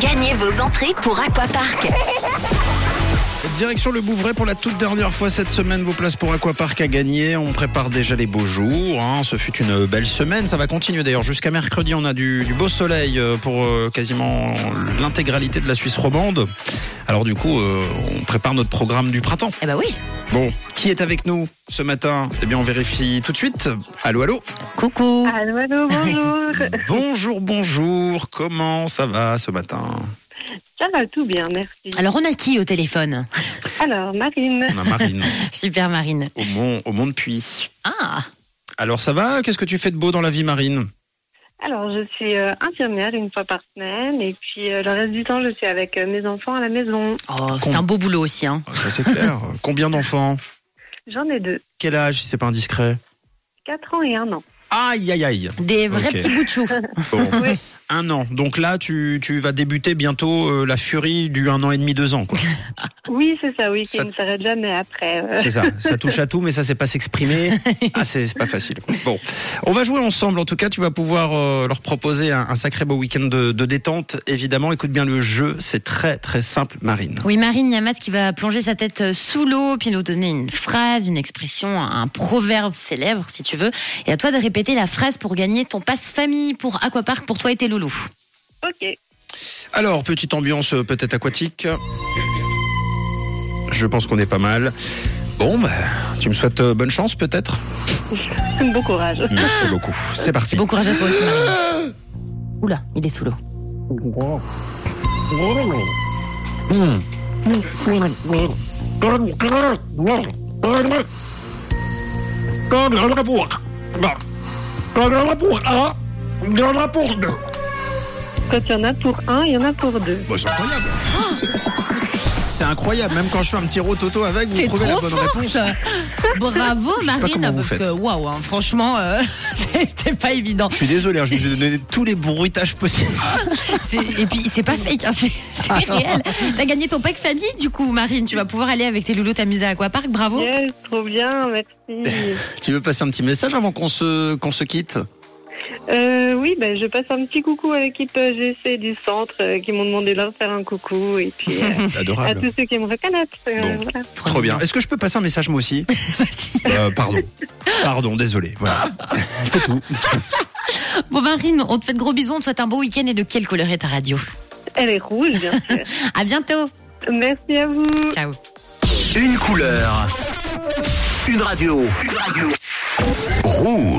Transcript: Gagnez vos entrées pour Aquapark. Direction le Bouvray pour la toute dernière fois cette semaine. Vos places pour Aquapark à gagner. On prépare déjà les beaux jours. hein. Ce fut une belle semaine. Ça va continuer d'ailleurs jusqu'à mercredi. On a du, du beau soleil euh, pour euh, quasiment l'intégralité de la Suisse romande. Alors du coup, euh, on prépare notre programme du printemps. Eh ben oui. Bon, qui est avec nous ce matin Eh bien, on vérifie tout de suite. Allô, allô. Coucou. Allô, allô, bonjour. Bonjour, bonjour. Comment ça va ce matin Ça va tout bien, merci. Alors on a qui au téléphone Alors, Marine, On a Marine Super Marine. au Mont, au Mont de Puy. Ah, Alors ça va Qu'est-ce que tu fais de beau dans la vie, Marine alors je suis euh, infirmière une fois par semaine et puis euh, le reste du temps je suis avec euh, mes enfants à la maison. oh, c'est Con- un beau boulot aussi. Hein. Ah, Ça c'est clair. Combien d'enfants J'en ai deux, Quel âge si c'est pas indiscret 4 ans et 1 an. Aïe aïe aïe. Des vrais Ok. petits bouts de chou. Bon. Oui. un an. Donc là tu, tu vas débuter bientôt euh, la furie du un an et demi deux ans quoi. Oui, c'est ça, oui, qui Ça- ne s'arrête jamais après. euh. C'est ça. Ça touche à tout mais ça c'est pas s'exprimer. Ah c'est c'est pas facile. Bon, on va jouer ensemble. En tout cas tu vas pouvoir euh, leur proposer un, un sacré beau week-end de, de détente. Évidemment écoute bien le jeu. C'est très très simple, Marine. Oui, Marine Yamat qui va plonger sa tête euh, sous l'eau, puis nous donner une phrase, une expression, un proverbe célèbre si tu veux. Et à toi de répéter la phrase pour gagner ton passe famille pour Aquapark pour toi et tes loulous. Ok, Alors, petite ambiance euh, peut-être aquatique. Je pense qu'on est pas mal. Bon, bah, tu me souhaites euh, bonne chance peut-être bon courage. Merci beaucoup. C'est parti. Bon courage à toi aussi, Marine. Oula, il est sous l'eau. Mmh. Quand il y en a pour un, il y en a pour deux. Bon, Bah, c'est incroyable. C'est incroyable, même quand je fais un petit rototo avec, vous T'es trouvez la trop bonne réponse. Bravo pas Marine, comment vous parce que faites. waouh, hein, franchement, euh, c'était pas évident. Je suis désolé, hein, je vous ai donné tous les bruitages possibles. C'est- Et puis, c'est pas fake, hein, c'est c'est Ah. réel. T'as gagné ton pack famille, du coup, Marine. Tu vas pouvoir aller avec tes loulous t'amuser à Aquapark. Bravo. Yes, Eh, trop bien, merci. Tu veux passer un petit message avant qu'on se, qu'on se quitte Euh, oui, ben, je passe un petit coucou à l'équipe euh, GC du centre euh, qui m'ont demandé de leur faire un coucou et puis euh, à Adorable. tous ceux qui me reconnaissent. euh, Bon. voilà. Trop bien. Est-ce que je peux passer un message moi aussi Euh, Pardon. Pardon, désolé. Voilà. C'est tout. Bon, Marine, on te fait de gros bisous. On te souhaite un beau week-end. Et de quelle couleur est ta radio Elle est rouge, bien sûr. À bientôt. Merci à vous. Ciao. Une couleur. Une radio. Une radio. Rouge.